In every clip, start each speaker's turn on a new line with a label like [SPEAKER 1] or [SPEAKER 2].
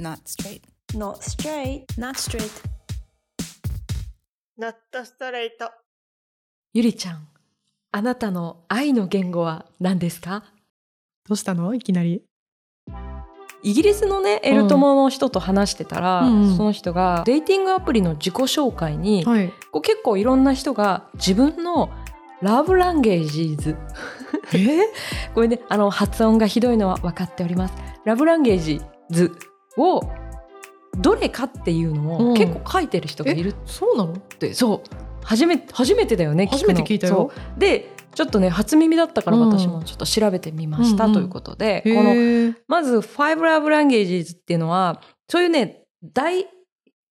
[SPEAKER 1] Not straight.
[SPEAKER 2] Not straight.
[SPEAKER 3] Not straight.
[SPEAKER 4] ノットストレート。
[SPEAKER 5] ゆりちゃん、あなたの愛の言語は何ですか
[SPEAKER 6] どうしたのいきなり。
[SPEAKER 5] イギリスのねエル友の人と話してたら、
[SPEAKER 6] うんうん
[SPEAKER 5] その人がデーティングアプリの自己紹介に、
[SPEAKER 6] はい。
[SPEAKER 5] こう結構いろんな人が自分のラブランゲージーズ
[SPEAKER 6] え
[SPEAKER 5] これねあの発音がひどいのは分かっておりますラブランゲージーズをどれかっていうの
[SPEAKER 6] う
[SPEAKER 5] を
[SPEAKER 6] ん
[SPEAKER 5] 結構書いてる人がいる
[SPEAKER 6] そうなの
[SPEAKER 5] ってそう初めて初めてだよね
[SPEAKER 6] 初めて
[SPEAKER 5] の
[SPEAKER 6] 聞いたよ。
[SPEAKER 5] そうでちょっとね初耳だったから
[SPEAKER 6] うん
[SPEAKER 5] 私もちょっと調べてみました
[SPEAKER 6] うんうん
[SPEAKER 5] ということで、
[SPEAKER 6] へ
[SPEAKER 5] この
[SPEAKER 6] ー
[SPEAKER 5] まず「Five Love Languages」っていうのはそういうね大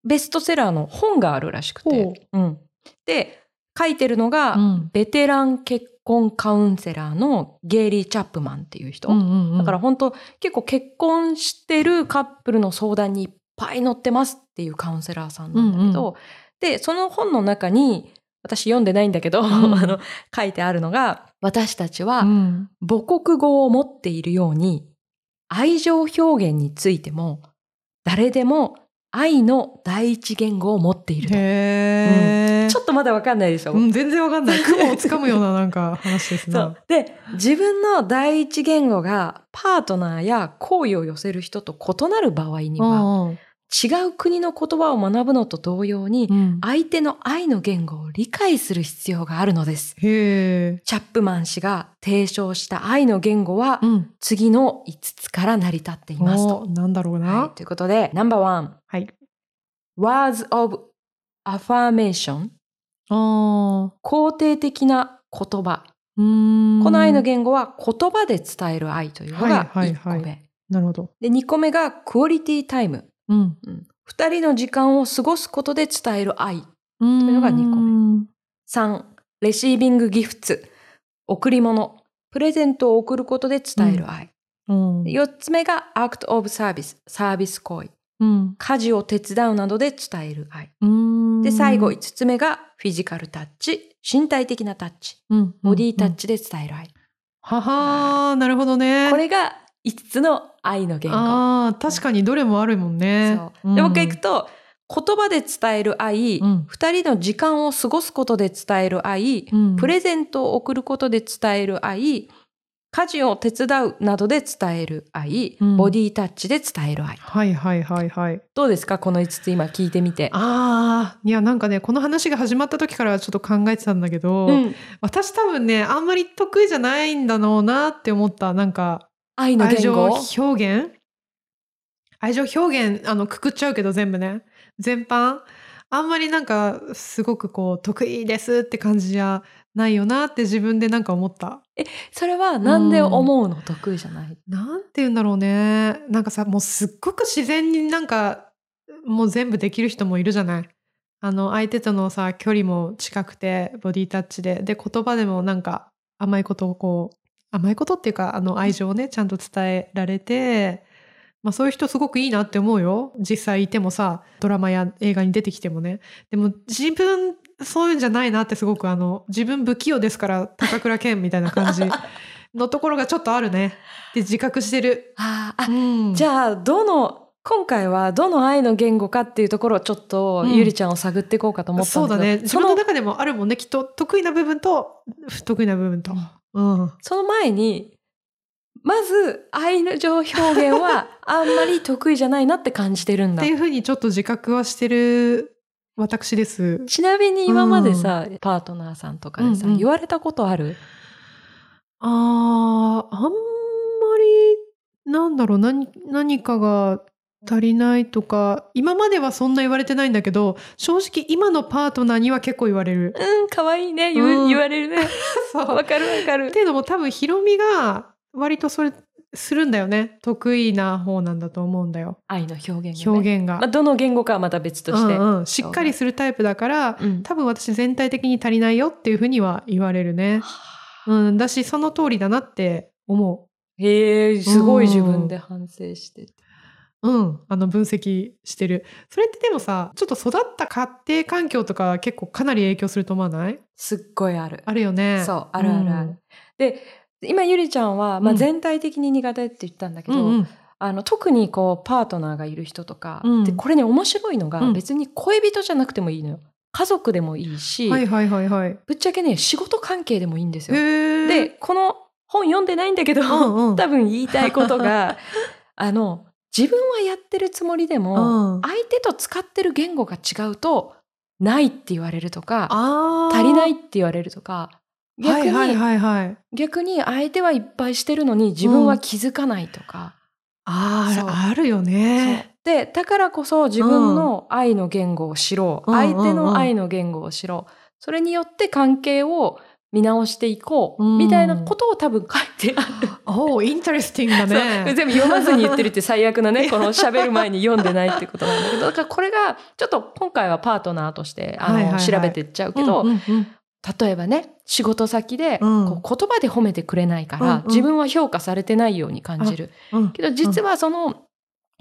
[SPEAKER 5] ベストセラーの本があるらしく
[SPEAKER 6] ほう
[SPEAKER 5] て、うん、で書いてるのが、
[SPEAKER 6] うん
[SPEAKER 5] ベテラン結婚カウンセラーのゲイリー・チャップマンっていう人、
[SPEAKER 6] うんうんうん
[SPEAKER 5] だから本当結構結婚してるカップルの相談にいっぱい乗ってますっていうカウンセラーさんなんだけど、
[SPEAKER 6] う
[SPEAKER 5] でその本の中に私読んでないんだけど、あの書いてあるのが私たちは、
[SPEAKER 6] うん
[SPEAKER 5] 母国語を持っているように愛情表現についても誰でも愛の第一言語を持っていると
[SPEAKER 6] へー
[SPEAKER 5] ちょっとまだわかんないですよ、
[SPEAKER 6] うん全然わか んない。雲をつかむようななんか話です
[SPEAKER 5] そう。
[SPEAKER 6] ね
[SPEAKER 5] で自分の第一言語がパートナーや好意を寄せる人と異なる場合に
[SPEAKER 6] う
[SPEAKER 5] は
[SPEAKER 6] んうん
[SPEAKER 5] 違う国の言葉を学ぶのと同様に
[SPEAKER 6] うん
[SPEAKER 5] 相手の愛の言語を理解する必要があるのです
[SPEAKER 6] へえ。
[SPEAKER 5] チャップマン氏が提唱した愛の言語は
[SPEAKER 6] うん。
[SPEAKER 5] 次の5つから成り立っていますと
[SPEAKER 6] おなんだろう
[SPEAKER 5] はい、
[SPEAKER 6] な。
[SPEAKER 5] ということで、ナンバーワン。
[SPEAKER 6] はい。
[SPEAKER 5] words of affirmation。
[SPEAKER 6] あー
[SPEAKER 5] 肯定的な言葉。
[SPEAKER 6] うーん。
[SPEAKER 5] この愛の言語は言葉で伝える愛というのが1個
[SPEAKER 6] は
[SPEAKER 5] 目。
[SPEAKER 6] いはいはなるほど。
[SPEAKER 5] で、2個目がクオリティタイム。
[SPEAKER 6] うん。
[SPEAKER 5] 2人の時間を過ごすことで伝える愛。
[SPEAKER 6] という
[SPEAKER 5] のが二個
[SPEAKER 6] 目。
[SPEAKER 5] 3、レシービングギフツ。贈り物。プレゼントを贈ることで伝える愛。
[SPEAKER 6] うん。
[SPEAKER 5] で4つ目が act of service。サービス行為。
[SPEAKER 6] うん。
[SPEAKER 5] 家事を手伝うなどで伝える愛。
[SPEAKER 6] うん
[SPEAKER 5] で、最後、5つ目がフィジカルタッチ、身体的なタッチ、
[SPEAKER 6] うん
[SPEAKER 5] ボディタッチ
[SPEAKER 6] チ。
[SPEAKER 5] で伝える愛。
[SPEAKER 6] ははーなるほどね。
[SPEAKER 5] これが5つの愛の言語。
[SPEAKER 6] ああ、確かにどれもあるもんね。
[SPEAKER 5] そうで、もう一回いくと、言葉で伝える愛、
[SPEAKER 6] うん
[SPEAKER 5] 二人の時間を過ごすことで伝える愛、
[SPEAKER 6] うん
[SPEAKER 5] プレゼントを贈ることで伝える愛、家事を手伝うなどで伝える愛、
[SPEAKER 6] うん
[SPEAKER 5] ボディタッチで伝える愛。
[SPEAKER 6] はいはいはいはい。
[SPEAKER 5] どうですかこの5つ今聞いてみて。
[SPEAKER 6] ああ、いやなんかね、この話が始まった時からちょっと考えてたんだけど、
[SPEAKER 5] うん
[SPEAKER 6] 私多分ね、あんまり得意じゃないんだろうなって思った、なんか、
[SPEAKER 5] 愛の
[SPEAKER 6] 愛
[SPEAKER 5] 言
[SPEAKER 6] 情
[SPEAKER 5] 語。
[SPEAKER 6] 表現愛情表現、あの、くくっちゃうけど全部ね。全般。あんまりなんか、すごくこう、得意ですって感じじゃないよなって自分でなんか思った。
[SPEAKER 5] それはなんで思うの得意じゃない
[SPEAKER 6] なんて言うんだろうね。なんかさ、もうすっごく自然になんか、もう全部できる人もいるじゃない。あの、相手とのさ、距離も近くて、ボディタッチで、で、言葉でもなんか、甘いことをこう、甘いことっていうか、あの、愛情をね、ちゃんと伝えられて、まあそういう人すごくいいなって思うよ。実際いてもさ、ドラマや映画に出てきてもね。でも自分、そういうんじゃないなってすごくあの、自分不器用ですから、高倉健みたいな感じのところがちょっとあるね。って自覚してる。
[SPEAKER 5] あーあ
[SPEAKER 6] うん
[SPEAKER 5] じゃあどの今回はどの愛の言語かっていうところをちょっと
[SPEAKER 6] うん
[SPEAKER 5] ゆりちゃんを探っていこうかと思った
[SPEAKER 6] そ
[SPEAKER 5] ん
[SPEAKER 6] うだ
[SPEAKER 5] だけ
[SPEAKER 6] ね。
[SPEAKER 5] ど、
[SPEAKER 6] 自
[SPEAKER 5] そ
[SPEAKER 6] 分の
[SPEAKER 5] の
[SPEAKER 6] 中でもあるもんね。きっと得意な部分と不得意な部分と。うん。
[SPEAKER 5] その前にまず愛の情表現はあんまり得意じゃないなって感じてるん
[SPEAKER 6] っ
[SPEAKER 5] だ
[SPEAKER 6] ていうふうにちょっと自覚はしてる私です。
[SPEAKER 5] ちなみに今までさ、パートナーさんとかでさ、
[SPEAKER 6] うんうん
[SPEAKER 5] 言われたことある。
[SPEAKER 6] あーあんまりなんだろう何何かが足りないとか今まではそんな言われてないんだけど正直今のパートナーには結構言われる
[SPEAKER 5] うん可愛いね言,、
[SPEAKER 6] うん
[SPEAKER 5] 言われる ね
[SPEAKER 6] そう
[SPEAKER 5] わかるわかる
[SPEAKER 6] っていうのも多分ヒロミが割とそれするんだよね得意な方なんだと思うんだよ
[SPEAKER 5] 愛の表現がね、
[SPEAKER 6] 表現が。
[SPEAKER 5] まあ、どの言語かはまた別として、
[SPEAKER 6] うんうん、しっかりするタイプだから
[SPEAKER 5] うん
[SPEAKER 6] 多分私全体的に足りないよっていうふうには言われるね。うん、だしその通りだなって思う。
[SPEAKER 5] へえすごい自分で反省してて
[SPEAKER 6] うん、あの分析してる。それってでもさ、ちょっと育った家庭環境とか結構かなり影響すると思わない
[SPEAKER 5] すっごいある
[SPEAKER 6] あるよね。
[SPEAKER 5] そうあるあるある。で今ゆりちゃんは、まあ、
[SPEAKER 6] うん
[SPEAKER 5] 全体的に苦手って言ったんだけ
[SPEAKER 6] うん。
[SPEAKER 5] ど、
[SPEAKER 6] うんうん
[SPEAKER 5] あの特にこうパートナーがいる人とか、
[SPEAKER 6] うん
[SPEAKER 5] でこれね面白いのが、
[SPEAKER 6] うん
[SPEAKER 5] 別に恋人じゃなくてもいいのよ家族でもいいし、
[SPEAKER 6] はいはいはいはい。
[SPEAKER 5] ぶっちゃけね仕事関係でもいいんです
[SPEAKER 6] へ
[SPEAKER 5] よ。
[SPEAKER 6] ー
[SPEAKER 5] で、この本読んでないんだけど、
[SPEAKER 6] うんうん
[SPEAKER 5] 多分言いたいことが あの自分はやってるつもりで
[SPEAKER 6] う
[SPEAKER 5] も、
[SPEAKER 6] ん、
[SPEAKER 5] 相手と使ってる言語が違うとないって言われるとか
[SPEAKER 6] あー
[SPEAKER 5] 足りないって言われるとか逆に、
[SPEAKER 6] はいはいはいはい。
[SPEAKER 5] 逆に相手はいっぱいしてるのに自分は気づかないとか。
[SPEAKER 6] あ
[SPEAKER 5] そう
[SPEAKER 6] あ、あるよね。
[SPEAKER 5] でだからこそ自分の愛の言語を知ろう、
[SPEAKER 6] うん
[SPEAKER 5] 相手の愛の言語を知ろう、それによって関係を見直していこう、
[SPEAKER 6] うん
[SPEAKER 5] みたいなことを多分書いてある、
[SPEAKER 6] おお、インタレスティングだ
[SPEAKER 5] そう
[SPEAKER 6] ね。
[SPEAKER 5] 全部読まずに言ってるって最悪なねこの喋る前に読んでないってことなんだけどだからこれがちょっと今回はパートナーとしてあの、
[SPEAKER 6] はいはいはい
[SPEAKER 5] 調べてっちゃうけど、
[SPEAKER 6] うんうんうん
[SPEAKER 5] 例えばね仕事先で
[SPEAKER 6] うん
[SPEAKER 5] こう言葉で褒めてくれないから、
[SPEAKER 6] うんうん
[SPEAKER 5] 自分は評価されてないように感じる。
[SPEAKER 6] うん
[SPEAKER 5] けど実はその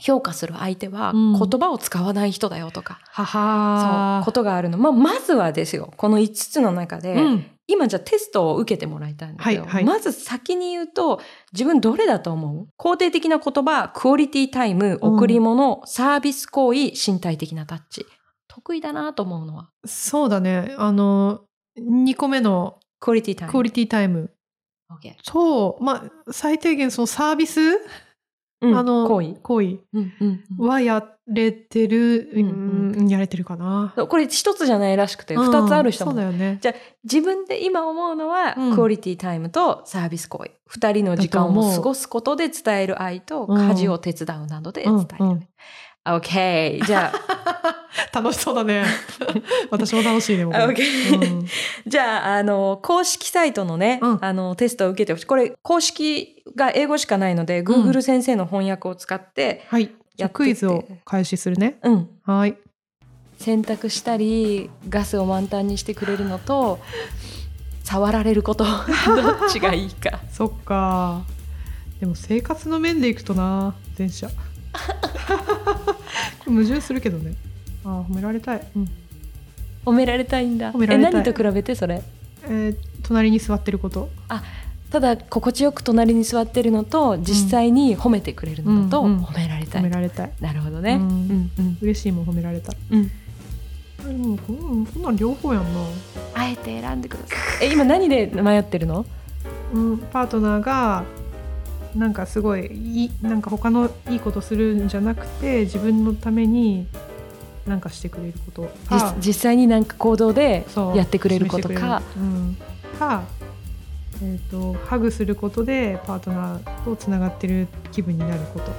[SPEAKER 5] 評価する相手は
[SPEAKER 6] うん
[SPEAKER 5] 言葉を使わない人だよとか、
[SPEAKER 6] は
[SPEAKER 5] そう
[SPEAKER 6] は
[SPEAKER 5] ことがあるの、まあ、まずはですよこの5つの中で、
[SPEAKER 6] うん、
[SPEAKER 5] 今じゃあテストを受けてもらいたいんだけど、
[SPEAKER 6] はいはい
[SPEAKER 5] まず先に言うと自分どれだと思う肯定的な言葉クオリティタイム
[SPEAKER 6] うん
[SPEAKER 5] 贈り物、サービス行為身体的なタッチ得意だなと思うのは
[SPEAKER 6] そうだね。あの、2個目の
[SPEAKER 5] クオリティタイム。
[SPEAKER 6] クオリティタイム。
[SPEAKER 5] OK
[SPEAKER 6] そう、まあ、最低限そのサービス、
[SPEAKER 5] うん
[SPEAKER 6] あの、
[SPEAKER 5] 行為、
[SPEAKER 6] 行為
[SPEAKER 5] うんうんうん
[SPEAKER 6] はやれてる、
[SPEAKER 5] うん
[SPEAKER 6] うんやれてるかな。
[SPEAKER 5] そうこれ一つじゃないらしくて二つある人も
[SPEAKER 6] うんそうだよね。
[SPEAKER 5] 自分で今思うのは、
[SPEAKER 6] うん
[SPEAKER 5] クオリティタイムとサービス行為二人の時間を過ごすことで伝える愛と
[SPEAKER 6] うん
[SPEAKER 5] 家事を手伝うなどで伝える、
[SPEAKER 6] うんうん
[SPEAKER 5] OK じゃあ
[SPEAKER 6] 楽しそう だね。私も楽しい ね。もう
[SPEAKER 5] OK
[SPEAKER 6] うん
[SPEAKER 5] じゃああの公式サイトのね、
[SPEAKER 6] うん
[SPEAKER 5] あのテストを受けてほしいこれ公式が英語しかないので、Google 先生の翻訳を使って
[SPEAKER 6] はい。じゃあ
[SPEAKER 5] やってって
[SPEAKER 6] クイズを開始するね。
[SPEAKER 5] うん
[SPEAKER 6] はい。
[SPEAKER 5] 洗濯したりガスを満タンにしてくれるの と触られることどっちがいいか
[SPEAKER 6] そっか。でも生活の面でいくとな、前者。矛盾するけどね。あー褒められたい。うん
[SPEAKER 5] 褒められたいんだ
[SPEAKER 6] 褒められたい
[SPEAKER 5] え何と比べてそれ
[SPEAKER 6] えー隣に座ってること。
[SPEAKER 5] ただ心地よく隣に座ってるのと実際に褒めてくれるのだと
[SPEAKER 6] うんうん
[SPEAKER 5] 褒められた
[SPEAKER 6] 褒
[SPEAKER 5] い、
[SPEAKER 6] められたい。
[SPEAKER 5] なるほどね、う
[SPEAKER 6] う
[SPEAKER 5] んんうん
[SPEAKER 6] 嬉しいもん褒められたい。
[SPEAKER 5] うん
[SPEAKER 6] でもこんこんなん両方やんな。
[SPEAKER 5] あえて選んでくださいえ今何で迷ってるの
[SPEAKER 6] うん、パートナーがなんかすごいいいなんか他のいいことするんじゃなくて自分のためになんかしてくれることか
[SPEAKER 5] 実実際になんか行動で
[SPEAKER 6] そう
[SPEAKER 5] やってくれること
[SPEAKER 6] 示し
[SPEAKER 5] か
[SPEAKER 6] てくれるうん、か、えー、とハグすることでパートナーとつながってる気分になること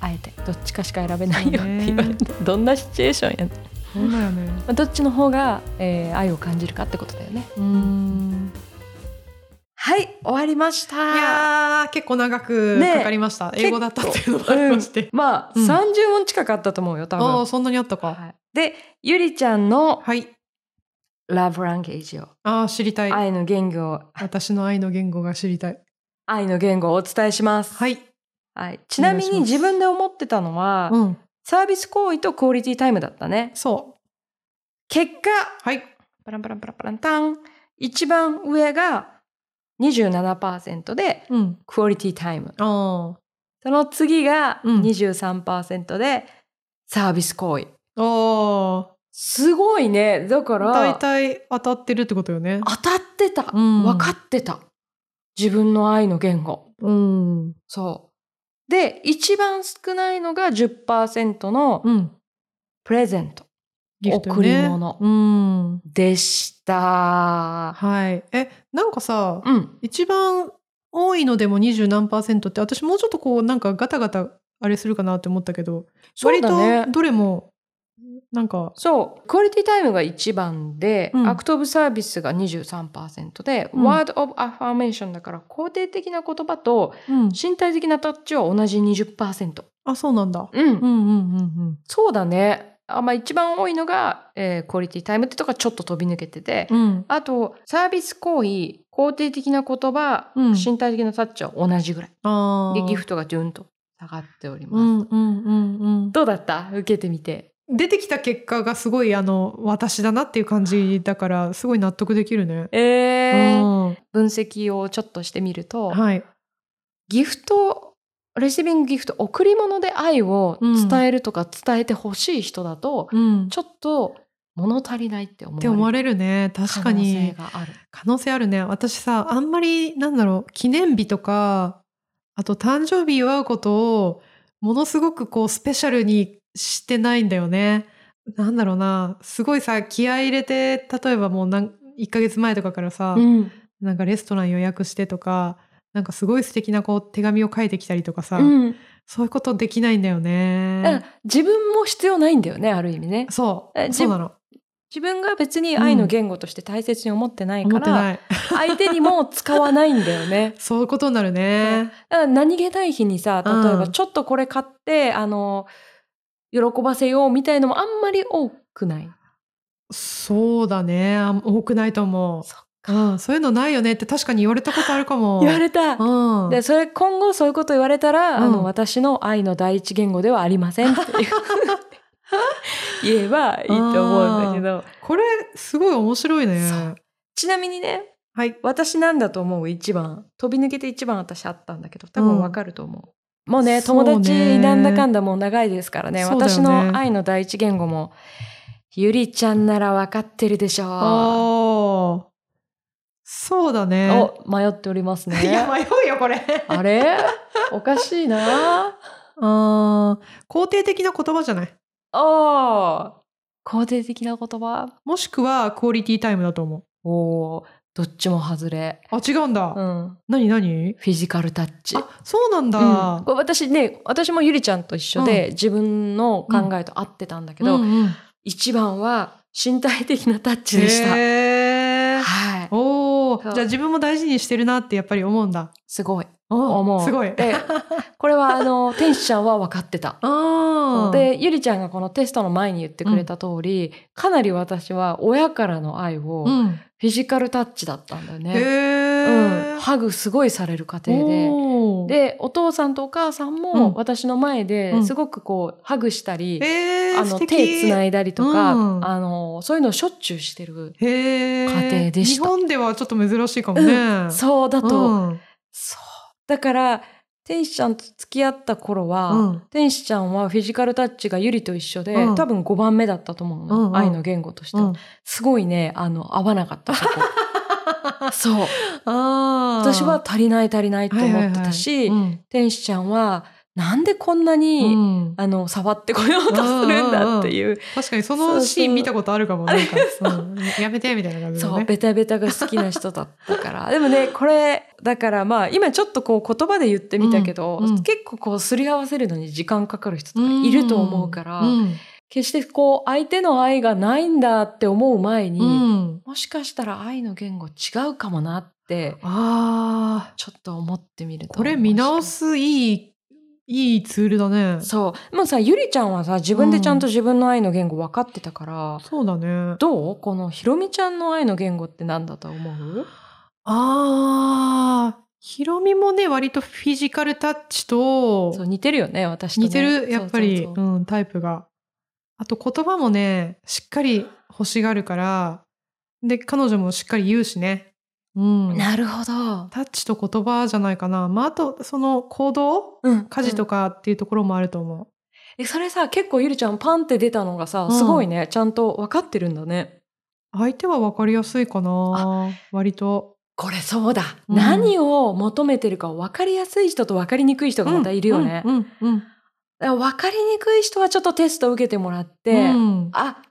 [SPEAKER 5] あえてどっちかしか選べないよっ
[SPEAKER 6] そう
[SPEAKER 5] て
[SPEAKER 6] ね
[SPEAKER 5] 言われて どんなシチュエーションやねま
[SPEAKER 6] そうだよね
[SPEAKER 5] あどっちの方が、えー愛を感じるかってことだよね
[SPEAKER 6] うん
[SPEAKER 5] はい終わりました
[SPEAKER 6] いやー結構長く
[SPEAKER 5] ね
[SPEAKER 6] かかりました、英語だったっていうのもありまして、
[SPEAKER 5] まあ、
[SPEAKER 6] うん
[SPEAKER 5] 30問近かったと思うよ多
[SPEAKER 6] ああ
[SPEAKER 5] 分、
[SPEAKER 6] そんなにあったか
[SPEAKER 5] はいでゆりちゃんの
[SPEAKER 6] はい
[SPEAKER 5] ラブランゲージを
[SPEAKER 6] ああ知りたい、
[SPEAKER 5] 愛の言語を
[SPEAKER 6] 私の愛の言語が知りたい
[SPEAKER 5] 愛の言語をお伝えします。。
[SPEAKER 6] はいい
[SPEAKER 5] ちなみ
[SPEAKER 6] お願
[SPEAKER 5] に
[SPEAKER 6] いします
[SPEAKER 5] 自分で思ってたのは、
[SPEAKER 6] うん
[SPEAKER 5] サービス行為とクオリティタイムだったね。
[SPEAKER 6] そう
[SPEAKER 5] 結果、
[SPEAKER 6] はい。
[SPEAKER 5] パランパランパランパランタン。一番上が27%で
[SPEAKER 6] うん。
[SPEAKER 5] クオリティタイム。
[SPEAKER 6] あ
[SPEAKER 5] その次が
[SPEAKER 6] うん
[SPEAKER 5] 23%でサービス行為。
[SPEAKER 6] あ。あ
[SPEAKER 5] すごいね。だか
[SPEAKER 6] あ。大
[SPEAKER 5] ら、
[SPEAKER 6] 体当たってるってことよね。
[SPEAKER 5] 当たってた。
[SPEAKER 6] うん
[SPEAKER 5] 分かってた。自分の愛の言語。
[SPEAKER 6] うん。
[SPEAKER 5] そう。で、一番少ないのが10%の
[SPEAKER 6] うん。
[SPEAKER 5] プレゼント
[SPEAKER 6] ギフトよ
[SPEAKER 5] 贈り物
[SPEAKER 6] うん。
[SPEAKER 5] でした。
[SPEAKER 6] はい。え、なんかさ、
[SPEAKER 5] うん。
[SPEAKER 6] 一番多いのでも二十何パーセントって、私もうちょっとこう、なんかガタガタあれするかなって思ったけど、
[SPEAKER 5] そうだね
[SPEAKER 6] 割とどれも、なんか、
[SPEAKER 5] そう。クオリティタイムが1番で、
[SPEAKER 6] うん
[SPEAKER 5] アクトブサービスが23%で、
[SPEAKER 6] うん
[SPEAKER 5] ワードオブアファーメーションだから、肯定的な言葉と
[SPEAKER 6] うん。
[SPEAKER 5] 身体的なタッチは同じ20%。
[SPEAKER 6] あ、そうなんだ。
[SPEAKER 5] うん。
[SPEAKER 6] うんうんうんうん。
[SPEAKER 5] そうだね。あまあ、一番多いのが、えークオリティタイムってとこがちょっと飛び抜けてて、
[SPEAKER 6] うん。
[SPEAKER 5] あと、サービス行為、肯定的な言葉、
[SPEAKER 6] うん
[SPEAKER 5] 身体的なタッチは同じぐらい。
[SPEAKER 6] ああ。
[SPEAKER 5] で、ギフトがジュンと下がっております。
[SPEAKER 6] うんうんうんうん。
[SPEAKER 5] どうだった受けてみて。
[SPEAKER 6] 出てきた結果がすごいあの私だなっていう感じだからすごい納得できるね。
[SPEAKER 5] え
[SPEAKER 6] うん
[SPEAKER 5] 分析をちょっとしてみると、
[SPEAKER 6] はい。
[SPEAKER 5] ギフトレシービングギフト贈り物で愛を伝えるとか伝えてほしい人だと、
[SPEAKER 6] うん、
[SPEAKER 5] ちょっと物足りないって思われ
[SPEAKER 6] って
[SPEAKER 5] る
[SPEAKER 6] 思われるね確かに
[SPEAKER 5] 可能性がある。
[SPEAKER 6] 可能性あるね私さあんまりなんだろう記念日とかあと誕生日祝うことをものすごくこうスペシャルにしてないんだよねなんだろうなすごいさ気合い入れて例えばもうなん1ヶ月前とかからさ、
[SPEAKER 5] うん
[SPEAKER 6] なんかレストラン予約してとかなんかすごい素敵なこう手紙を書いてきたりとかさ、
[SPEAKER 5] うん、
[SPEAKER 6] そういうことできないんだよね、
[SPEAKER 5] だから自分も必要ないんだよねある意味ね
[SPEAKER 6] そ
[SPEAKER 5] え
[SPEAKER 6] うそうなの
[SPEAKER 5] 自分が別に愛の言語として大切に思ってない
[SPEAKER 6] 思
[SPEAKER 5] か
[SPEAKER 6] って
[SPEAKER 5] ら、
[SPEAKER 6] ない。
[SPEAKER 5] 相手にも使わないんだよね
[SPEAKER 6] そういうことになるね
[SPEAKER 5] だから何気ない日にさ例えば
[SPEAKER 6] うん
[SPEAKER 5] ちょっとこれ買って、あの喜ばせようみたいのもあんまり多くない。
[SPEAKER 6] そうだねあん多くないと思う
[SPEAKER 5] そっ
[SPEAKER 6] うん、そういうのないよねって確かに言われたことあるかも。
[SPEAKER 5] 言われた、
[SPEAKER 6] うん。
[SPEAKER 5] でそれ今後そういうこと言われたら、
[SPEAKER 6] うん
[SPEAKER 5] あの私の愛の第一言語ではありませんって いう言えばいいと思うんだけど
[SPEAKER 6] これすごい面白いね
[SPEAKER 5] そ。ちなみにね
[SPEAKER 6] はい。
[SPEAKER 5] 私なんだと思う一番飛び抜けて一番私あったんだけど多分わかると思う、もうね
[SPEAKER 6] そう
[SPEAKER 5] 友
[SPEAKER 6] ね
[SPEAKER 5] 達なんだかんだもう長いですからね
[SPEAKER 6] そうだよね
[SPEAKER 5] 私の愛の第一言語もゆりちゃんならわかってるでしょ
[SPEAKER 6] ああ。そうだ
[SPEAKER 5] う
[SPEAKER 6] ね。
[SPEAKER 5] お迷っておりますね
[SPEAKER 6] いや迷うよこれ。
[SPEAKER 5] あれおかしい な
[SPEAKER 6] あー肯定的な言葉じゃない。
[SPEAKER 5] あー肯定的な言葉
[SPEAKER 6] もしくはクオリティタイムだと思
[SPEAKER 5] おーどっちも外れ、
[SPEAKER 6] う。あ違うんだ。
[SPEAKER 5] うん、
[SPEAKER 6] 何何？
[SPEAKER 5] フィジカルタッチ
[SPEAKER 6] あそうなんだ。
[SPEAKER 5] うん、これ私ね私もゆりちゃんと一緒で、自分の考えと合ってたんだけど、
[SPEAKER 6] うんうん
[SPEAKER 5] 一番は身体的なタッチでした。
[SPEAKER 6] へー
[SPEAKER 5] はい、
[SPEAKER 6] おお。じ
[SPEAKER 5] そ
[SPEAKER 6] ゃ
[SPEAKER 5] う
[SPEAKER 6] あ自分も大事にしてるなってやっぱり思うんだ。
[SPEAKER 5] すごい
[SPEAKER 6] お
[SPEAKER 5] 思う。
[SPEAKER 6] すごい。
[SPEAKER 5] で、 これはあの天使ちゃんは分かってた。
[SPEAKER 6] ああ。
[SPEAKER 5] で、ゆりちゃんがこのテストの前に言ってくれた通り、かなり私は親からの愛を
[SPEAKER 6] うん。
[SPEAKER 5] フィジカルタッチだったんだよね。う
[SPEAKER 6] へ
[SPEAKER 5] ん、
[SPEAKER 6] ー
[SPEAKER 5] ハグすごいされる過程で。
[SPEAKER 6] おー、
[SPEAKER 5] で、お父さんとお母さん
[SPEAKER 6] うん
[SPEAKER 5] も私の前
[SPEAKER 6] う
[SPEAKER 5] で
[SPEAKER 6] ん
[SPEAKER 5] すごくこう、ハグしたり、
[SPEAKER 6] えー、
[SPEAKER 5] あの手つないいだりとか、
[SPEAKER 6] うん
[SPEAKER 5] あのそういうのをしょっちゅうしてる。
[SPEAKER 6] 家
[SPEAKER 5] 家庭でした
[SPEAKER 6] 日本ではちょっと珍しいかもね。
[SPEAKER 5] そうだと、
[SPEAKER 6] うん
[SPEAKER 5] そう。だから、天使ちゃんと付き合った頃は、
[SPEAKER 6] うん
[SPEAKER 5] 天使ちゃんはフィジカルタッチがゆりと一緒で、
[SPEAKER 6] うん
[SPEAKER 5] 多分5番目だったと思うの、
[SPEAKER 6] うんうん
[SPEAKER 5] 愛の言語としては、
[SPEAKER 6] うん
[SPEAKER 5] すごいね、あの、合わなかった、そ こ。そう。
[SPEAKER 6] あー
[SPEAKER 5] 私は足りない足りないって思ってたし、
[SPEAKER 6] はいはいはい
[SPEAKER 5] 天使ちゃんは、なんでこんなに、
[SPEAKER 6] うんうん
[SPEAKER 5] あの、触ってこようとするんだっていう。
[SPEAKER 6] 確かに
[SPEAKER 5] そ
[SPEAKER 6] そ
[SPEAKER 5] う
[SPEAKER 6] の
[SPEAKER 5] そう
[SPEAKER 6] シーン見たことあるかもなんか、うんやめてみたいな感じで
[SPEAKER 5] そう、
[SPEAKER 6] ね。
[SPEAKER 5] ベタベタが好きな人だったから。 でもね、これ、だからまあ、今ちょっとこう言葉で言ってみたけど、
[SPEAKER 6] うんうん
[SPEAKER 5] 結構こうすり合わせるのに時間かかる人とかいると思うから、
[SPEAKER 6] うん
[SPEAKER 5] 決してこう相手の愛がないんだって思う前に、
[SPEAKER 6] うん
[SPEAKER 5] もしかしたら愛の言語違うかもなって、
[SPEAKER 6] ああ
[SPEAKER 5] ちょっと思ってみると。
[SPEAKER 6] これ見直。すいいいいツールだね。
[SPEAKER 5] そう。もうさ、ゆりちゃんはさ、自分でちゃんと自分の愛の言語分かってたから、
[SPEAKER 6] そうだね。
[SPEAKER 5] どうこのひろみちゃんの愛の言語って何だと思う
[SPEAKER 6] ああ、ヒロミもね、割とフィジカルタッチと
[SPEAKER 5] そう、似てるよね、私とね、
[SPEAKER 6] 似てる、やっぱり、
[SPEAKER 5] そううそうそうん
[SPEAKER 6] タイプが。あと言葉もね、しっかり欲しがるから、で、彼女もしっかり言うしね。うん。
[SPEAKER 5] なるほど。
[SPEAKER 6] タッチと言葉じゃないかな。まあ、あと、その行動
[SPEAKER 5] うん
[SPEAKER 6] 家事と
[SPEAKER 5] か、
[SPEAKER 6] かっていうところもあると思
[SPEAKER 5] えそれさ結構ゆりちゃんパンって出たのがさ、
[SPEAKER 6] うん
[SPEAKER 5] すごいねちゃんと分かってるんだね
[SPEAKER 6] う。相手は分かりやすいかな。割と。
[SPEAKER 5] これそうだ、
[SPEAKER 6] うん
[SPEAKER 5] 何を求めてるか分かりやすい人と分かりにくい人がまたいるよね、
[SPEAKER 6] うん、うん、うん。
[SPEAKER 5] だから分かりにくい人はちょっとテストを受けてもらって、
[SPEAKER 6] うん
[SPEAKER 5] あ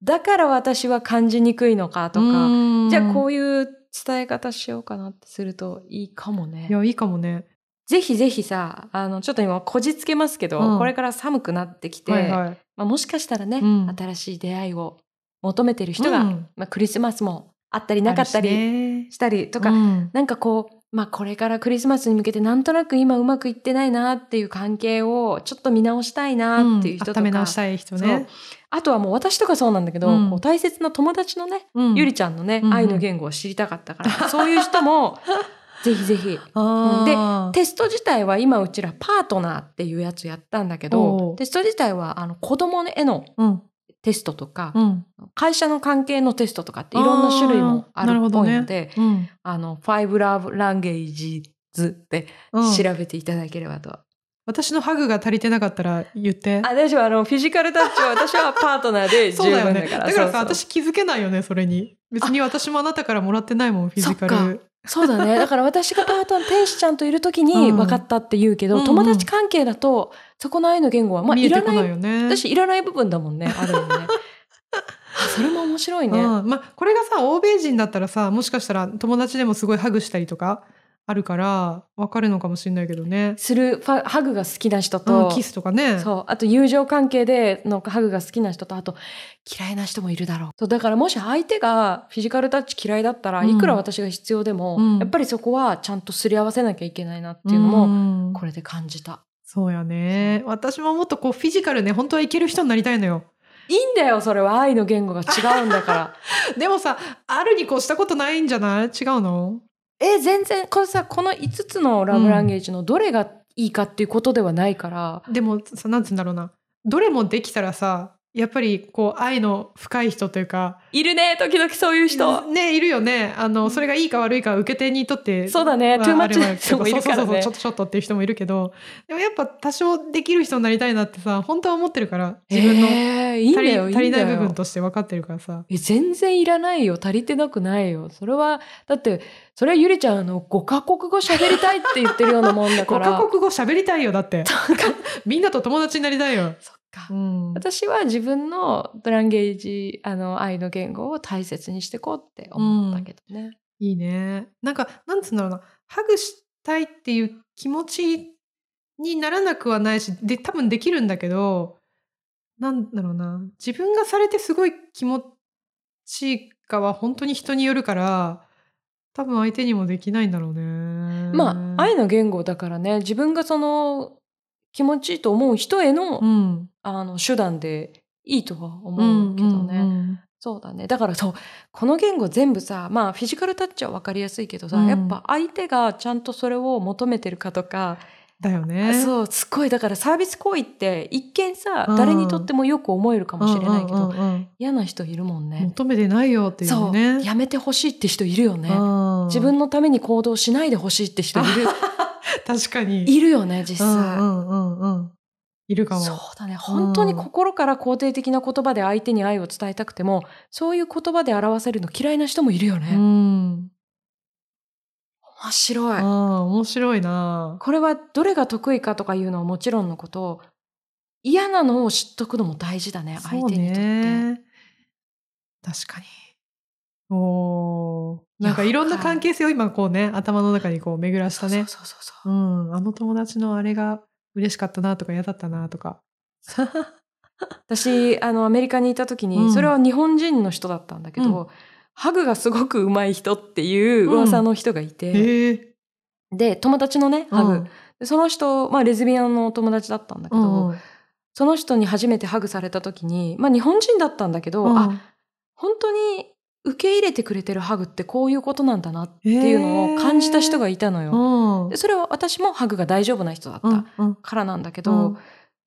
[SPEAKER 5] だから私は感じにくいのかとか、じゃあこういう伝え方しようかなってするといいかもね
[SPEAKER 6] いや、いいかもね。
[SPEAKER 5] ぜひぜひさあのちょっと今こじつけますけど、
[SPEAKER 6] うん
[SPEAKER 5] これから寒くなってきて、
[SPEAKER 6] はいはい。
[SPEAKER 5] まあ、もしかしたらね、
[SPEAKER 6] うん
[SPEAKER 5] 新しい出会いを求めてる人が、
[SPEAKER 6] うん
[SPEAKER 5] まあ、クリスマスもあったりなかった
[SPEAKER 6] あるし
[SPEAKER 5] り
[SPEAKER 6] ね
[SPEAKER 5] したりとか、
[SPEAKER 6] うん
[SPEAKER 5] なんかこう、まあ、これからクリスマスに向けてなんとなく今うまくいってないなっていう関係をちょっと見直したいなっていう人とか、
[SPEAKER 6] 温め直したい人ね。
[SPEAKER 5] あとはもう私とかそうなんだけど、
[SPEAKER 6] うん
[SPEAKER 5] こう大切な友達のね、
[SPEAKER 6] うん
[SPEAKER 5] ゆりちゃんのね、
[SPEAKER 6] うんうん
[SPEAKER 5] 愛の言語を知りたかった からそういう人もぜひぜひ
[SPEAKER 6] あー
[SPEAKER 5] テスト自体は今うちらパートナーっていうやつやったんだけ
[SPEAKER 6] おう
[SPEAKER 5] どテスト自体はあの子供への
[SPEAKER 6] うん
[SPEAKER 5] テストとか、
[SPEAKER 6] うん
[SPEAKER 5] 会社の関係のテストとかっていろんな種類もあるっぽいので、
[SPEAKER 6] うん
[SPEAKER 5] あの、ファイブラブランゲージズって
[SPEAKER 6] うん
[SPEAKER 5] 調べていただければと
[SPEAKER 6] 私のハグが足りてなかったら言って
[SPEAKER 5] あ大丈夫あのフィジカルタッチは私はパートナーで十
[SPEAKER 6] そうだよ
[SPEAKER 5] 分
[SPEAKER 6] ね
[SPEAKER 5] だ
[SPEAKER 6] だ
[SPEAKER 5] か
[SPEAKER 6] かららさ私 気づけないよねそれに別に私もあなたからもらってないもんフィジカ
[SPEAKER 5] そっ
[SPEAKER 6] ル
[SPEAKER 5] そうだね。だから私がパートナー、天使ちゃんといるときに
[SPEAKER 6] うん
[SPEAKER 5] 分かったって言うけど、
[SPEAKER 6] うんうん
[SPEAKER 5] 友達関係だと、そこの愛の言語は、まあ、
[SPEAKER 6] 見
[SPEAKER 5] い
[SPEAKER 6] えて
[SPEAKER 5] ら
[SPEAKER 6] こ
[SPEAKER 5] ない
[SPEAKER 6] ないよね
[SPEAKER 5] 私、いらない部分だもんね。ある よね。あそれも面白いね。
[SPEAKER 6] うん、まあこれがさ欧米人だったらさもしかしたら友達でもすごいハグしたりとかあるからわかるのかもしれないけどね、
[SPEAKER 5] するファ、ハグが好きな人
[SPEAKER 6] うん、
[SPEAKER 5] と、
[SPEAKER 6] キスとかね
[SPEAKER 5] そう。あと、友情関係でのハグが好きな人と、あと、嫌いな人もいるだろう。そう、だからもし相手がフィジカルタッチ嫌いだったら、
[SPEAKER 6] うん
[SPEAKER 5] いくら私が必要でも、
[SPEAKER 6] うん
[SPEAKER 5] やっぱりそこはちゃんとすり合わせなきゃいけないなって
[SPEAKER 6] ん
[SPEAKER 5] いうのも、これで感じた。
[SPEAKER 6] そうやね私ももっとこうフィジカルね本当はいける人になりたいのよ
[SPEAKER 5] いいんだよ、それは。愛の言語が違うんだから。
[SPEAKER 6] でもさあるに越したことないんじゃない違うの
[SPEAKER 5] え全然これさこの5つのラブランゲージのどれがいいかっていうことではないから、
[SPEAKER 6] でもさなんつうんだろうなどれもできたらさやっぱりこう愛の深い人というか
[SPEAKER 5] いるね時々そういう人、
[SPEAKER 6] ねいるよねあのそれがいいか悪いかは受け手にとって
[SPEAKER 5] そうだね
[SPEAKER 6] まあ
[SPEAKER 5] トゥーマッ
[SPEAKER 6] あれ
[SPEAKER 5] チ
[SPEAKER 6] は
[SPEAKER 5] な人もいるから
[SPEAKER 6] そうそう
[SPEAKER 5] ね
[SPEAKER 6] そうちょっとちょっとっていう人もいるけどでもやっぱ多少できる人になりたいなってさ本当は思ってるから自分の
[SPEAKER 5] えーいいん
[SPEAKER 6] 足
[SPEAKER 5] だ
[SPEAKER 6] り
[SPEAKER 5] よ
[SPEAKER 6] 足りない
[SPEAKER 5] んだ
[SPEAKER 6] 部
[SPEAKER 5] よ
[SPEAKER 6] 分として分かってるからさ
[SPEAKER 5] え全然いらないよ足りてなくないよそれはだってそれはゆりちゃんあの5カ国語喋りたいって言ってるようなもんだか
[SPEAKER 6] 5
[SPEAKER 5] ら
[SPEAKER 6] カ国語喋りたいよだって みんなと友達になりたいよ、
[SPEAKER 5] そっか
[SPEAKER 6] うん、
[SPEAKER 5] 私は自分のブランゲージあの愛の言語を大切にしていこうって思ったけどね、
[SPEAKER 6] いいねなんかなんつうんだろうなハグしたいっていう気持ちにならなくはないしで多分できるんだけどなんだろうな自分がされてすごい気持ちいいかは本当に人によるから多分相手にもできないんだろうね
[SPEAKER 5] まあ愛の言語だからね自分がその気持ちいいと思う人への,、
[SPEAKER 6] うん
[SPEAKER 5] あの手段でいいとは思
[SPEAKER 6] ん
[SPEAKER 5] うけどね、
[SPEAKER 6] うん
[SPEAKER 5] そうだねだからそうこの言語全部さまあフィジカルタッチは分かりやすいけどさ、
[SPEAKER 6] うん
[SPEAKER 5] やっぱ相手がちゃんとそれを求めてるかとか、
[SPEAKER 6] だよね
[SPEAKER 5] そうすごいだからサービス行為って一見さ、
[SPEAKER 6] うん
[SPEAKER 5] 誰にとってもよく思えるか
[SPEAKER 6] か
[SPEAKER 5] もしれないけど、
[SPEAKER 6] ど
[SPEAKER 5] 嫌な人いるもんね。
[SPEAKER 6] 求めてないよってい
[SPEAKER 5] そうう
[SPEAKER 6] ね
[SPEAKER 5] やめてほしいって人いるよね。
[SPEAKER 6] うん
[SPEAKER 5] 自分のために行動しないでほしいって人い る
[SPEAKER 6] 確かに
[SPEAKER 5] いるよね実際。
[SPEAKER 6] うんうんうんうんいるかも
[SPEAKER 5] そうだね本当に心から肯定的な言葉で相手に愛を伝えたくてもそういう言葉で表せるの嫌いな人もいるよね、
[SPEAKER 6] うん
[SPEAKER 5] 面白い
[SPEAKER 6] ああ、面白いな。
[SPEAKER 5] これはどれが得意かとかいうのはもちろんのこと嫌なのを知っとくのも大事だね相手にとって、
[SPEAKER 6] とって。確かに。おーなんか
[SPEAKER 5] いや
[SPEAKER 6] いろんな
[SPEAKER 5] はい
[SPEAKER 6] 関係性を今こうね、頭の中にこう巡らし
[SPEAKER 5] そ
[SPEAKER 6] た
[SPEAKER 5] うそ
[SPEAKER 6] ね、
[SPEAKER 5] う。そうそうそううん
[SPEAKER 6] あの友達のあれが嬉しかったなとか嫌だったなとか。
[SPEAKER 5] 私あのアメリカにいた時に、
[SPEAKER 6] うん
[SPEAKER 5] それは日本人の人だったんだけど、ハグがすごく上手い人っていう噂の人がいて、
[SPEAKER 6] へえ。
[SPEAKER 5] で友達のねハグ、
[SPEAKER 6] うん
[SPEAKER 5] でその人、まあ、レズビアンの友達だったんだけど、
[SPEAKER 6] うん
[SPEAKER 5] その人に初めてハグされた時に、まあ日本人だったんだけど、
[SPEAKER 6] うん
[SPEAKER 5] あ、本当に受け入れてくれてるハグってこういうことなんだなっていうのを感じた人がいたの
[SPEAKER 6] う
[SPEAKER 5] よ。
[SPEAKER 6] ん。
[SPEAKER 5] でそれは私もハグが大丈夫な人だった
[SPEAKER 6] うん
[SPEAKER 5] からなんだけ
[SPEAKER 6] う
[SPEAKER 5] ど、
[SPEAKER 6] ん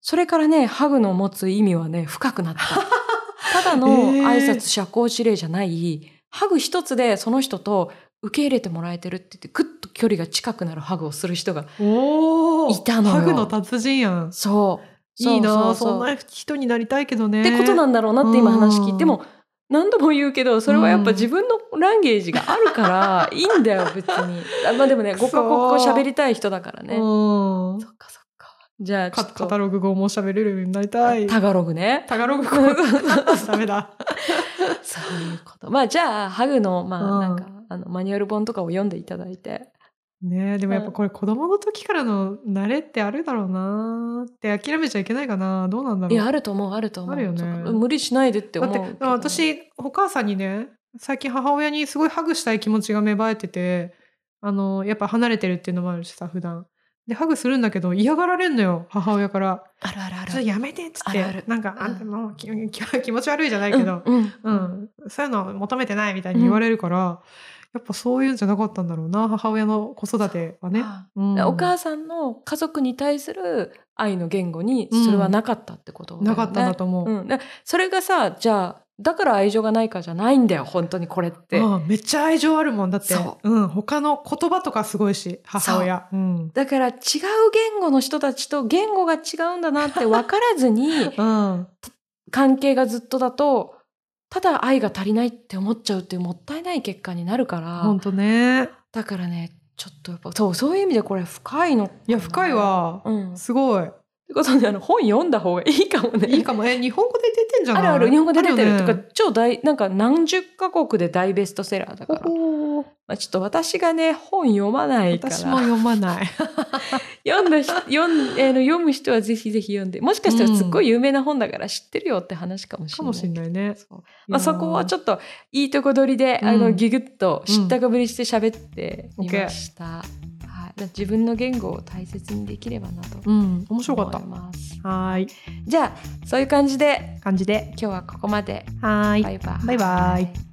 [SPEAKER 5] それからね、ハグの持つ意味はね、深くなった。 ただの
[SPEAKER 6] へー
[SPEAKER 5] 挨拶社交辞令じゃない、ハグ一つでその人と受け入れてもらえてるって言って、ぐっと距離が近くなるハグをする人が。
[SPEAKER 6] おー
[SPEAKER 5] いたのよ
[SPEAKER 6] ハグの達人やん。
[SPEAKER 5] そう。
[SPEAKER 6] いいな
[SPEAKER 5] そうそうそう
[SPEAKER 6] そんな人になりたいけどね。
[SPEAKER 5] ってことなんだろうなって今話聞いても何度も言うけどそれはやっぱ自分のランゲージがある からいいんだよ別にあまあでもね5
[SPEAKER 6] くそ
[SPEAKER 5] カ
[SPEAKER 6] ー
[SPEAKER 5] 国語喋りたい人だからね
[SPEAKER 6] うん。
[SPEAKER 5] そっかそっかじゃあちょ
[SPEAKER 6] カ
[SPEAKER 5] っ
[SPEAKER 6] カタ
[SPEAKER 5] と
[SPEAKER 6] ログ語も喋れるようになりたい。
[SPEAKER 5] タガログね
[SPEAKER 6] タガログ語 ダメだ。
[SPEAKER 5] そういうことまあじゃあハグのま
[SPEAKER 6] う
[SPEAKER 5] あ
[SPEAKER 6] ん
[SPEAKER 5] なんかあのマニュアル本とかを読んでいただいて
[SPEAKER 6] ねえでもやっぱこれ子供の時からの慣れってあるだろうなって諦めちゃいけないかなどうなんだろう。
[SPEAKER 5] いやあると思うあると思う
[SPEAKER 6] あるよね
[SPEAKER 5] そっか無理しないでって
[SPEAKER 6] だ
[SPEAKER 5] 思
[SPEAKER 6] っ
[SPEAKER 5] う
[SPEAKER 6] て
[SPEAKER 5] けど
[SPEAKER 6] 私お母さんにね最近母親にすごいハグしたい気持ちが芽生えててあのやっぱ離れてるっていうのもあるしさ普段でハグするんだけど嫌がられんのよ母親から
[SPEAKER 5] あるあるあ
[SPEAKER 6] 「ちょっと
[SPEAKER 5] る
[SPEAKER 6] やめて」っつっ
[SPEAKER 5] あるあ
[SPEAKER 6] て
[SPEAKER 5] る
[SPEAKER 6] なんか
[SPEAKER 5] うん
[SPEAKER 6] あんたもう気気 気持ち悪いじゃないけど、
[SPEAKER 5] うんうん
[SPEAKER 6] うん、そういうのを求めてないみたいに言われるから、やっぱそういうんじゃなかったんだろうな母親の子育てはね。
[SPEAKER 5] あ
[SPEAKER 6] うん
[SPEAKER 5] お母さんの家族に対する愛の言語にそれはなかったってことだよね
[SPEAKER 6] なかったんだと思う。
[SPEAKER 5] うん、だそれがさじゃあだから愛情がないかじゃないんだよ本当にこれって、
[SPEAKER 6] ああめっちゃ愛情あるもんだって、
[SPEAKER 5] そう
[SPEAKER 6] ん、他の言葉とかすごいし母親う、ん
[SPEAKER 5] だから違う言語の人たちと言語が違うんだなって分からずに
[SPEAKER 6] うん、
[SPEAKER 5] 関係がずっとだとただ愛が足りないって思っちゃうっていうもったいない結果になるから、
[SPEAKER 6] ほんとね
[SPEAKER 5] だからねちょっとやっぱそうそういう意味でこれ深いのかない
[SPEAKER 6] や深いわ、
[SPEAKER 5] うん
[SPEAKER 6] すごい
[SPEAKER 5] ということであの本読んだ方がいいかもね
[SPEAKER 6] いいかもえ日本語で出てんじゃな
[SPEAKER 5] あ
[SPEAKER 6] い
[SPEAKER 5] るある日本語で出てるとか、
[SPEAKER 6] あよね
[SPEAKER 5] 超大なんか何十カ国で大ベストセラーだから、ま
[SPEAKER 6] ほほー
[SPEAKER 5] あ、ちょっと私がね本読まないから
[SPEAKER 6] 私も読ま ない
[SPEAKER 5] 読んだ人読んあの読む人はぜひぜひ読んでもしかしたらすっごい有名な本だから知ってるよって話かもし
[SPEAKER 6] か
[SPEAKER 5] れな
[SPEAKER 6] も
[SPEAKER 5] い。
[SPEAKER 6] しんないね
[SPEAKER 5] そうまあ、そこはち
[SPEAKER 6] ょ
[SPEAKER 5] ょ
[SPEAKER 6] っ
[SPEAKER 5] っといいとこ取りで、
[SPEAKER 6] うん
[SPEAKER 5] あのギュギュッと知ったかぶりして喋ってみました、はい、だから自分の言語を大切にできればなと
[SPEAKER 6] とうん面白か
[SPEAKER 5] 思
[SPEAKER 6] っ
[SPEAKER 5] います、
[SPEAKER 6] たはーい
[SPEAKER 5] じゃあそういう感じで
[SPEAKER 6] 感じで
[SPEAKER 5] 今日はここまで
[SPEAKER 6] はーい
[SPEAKER 5] バイバイ
[SPEAKER 6] バイバイ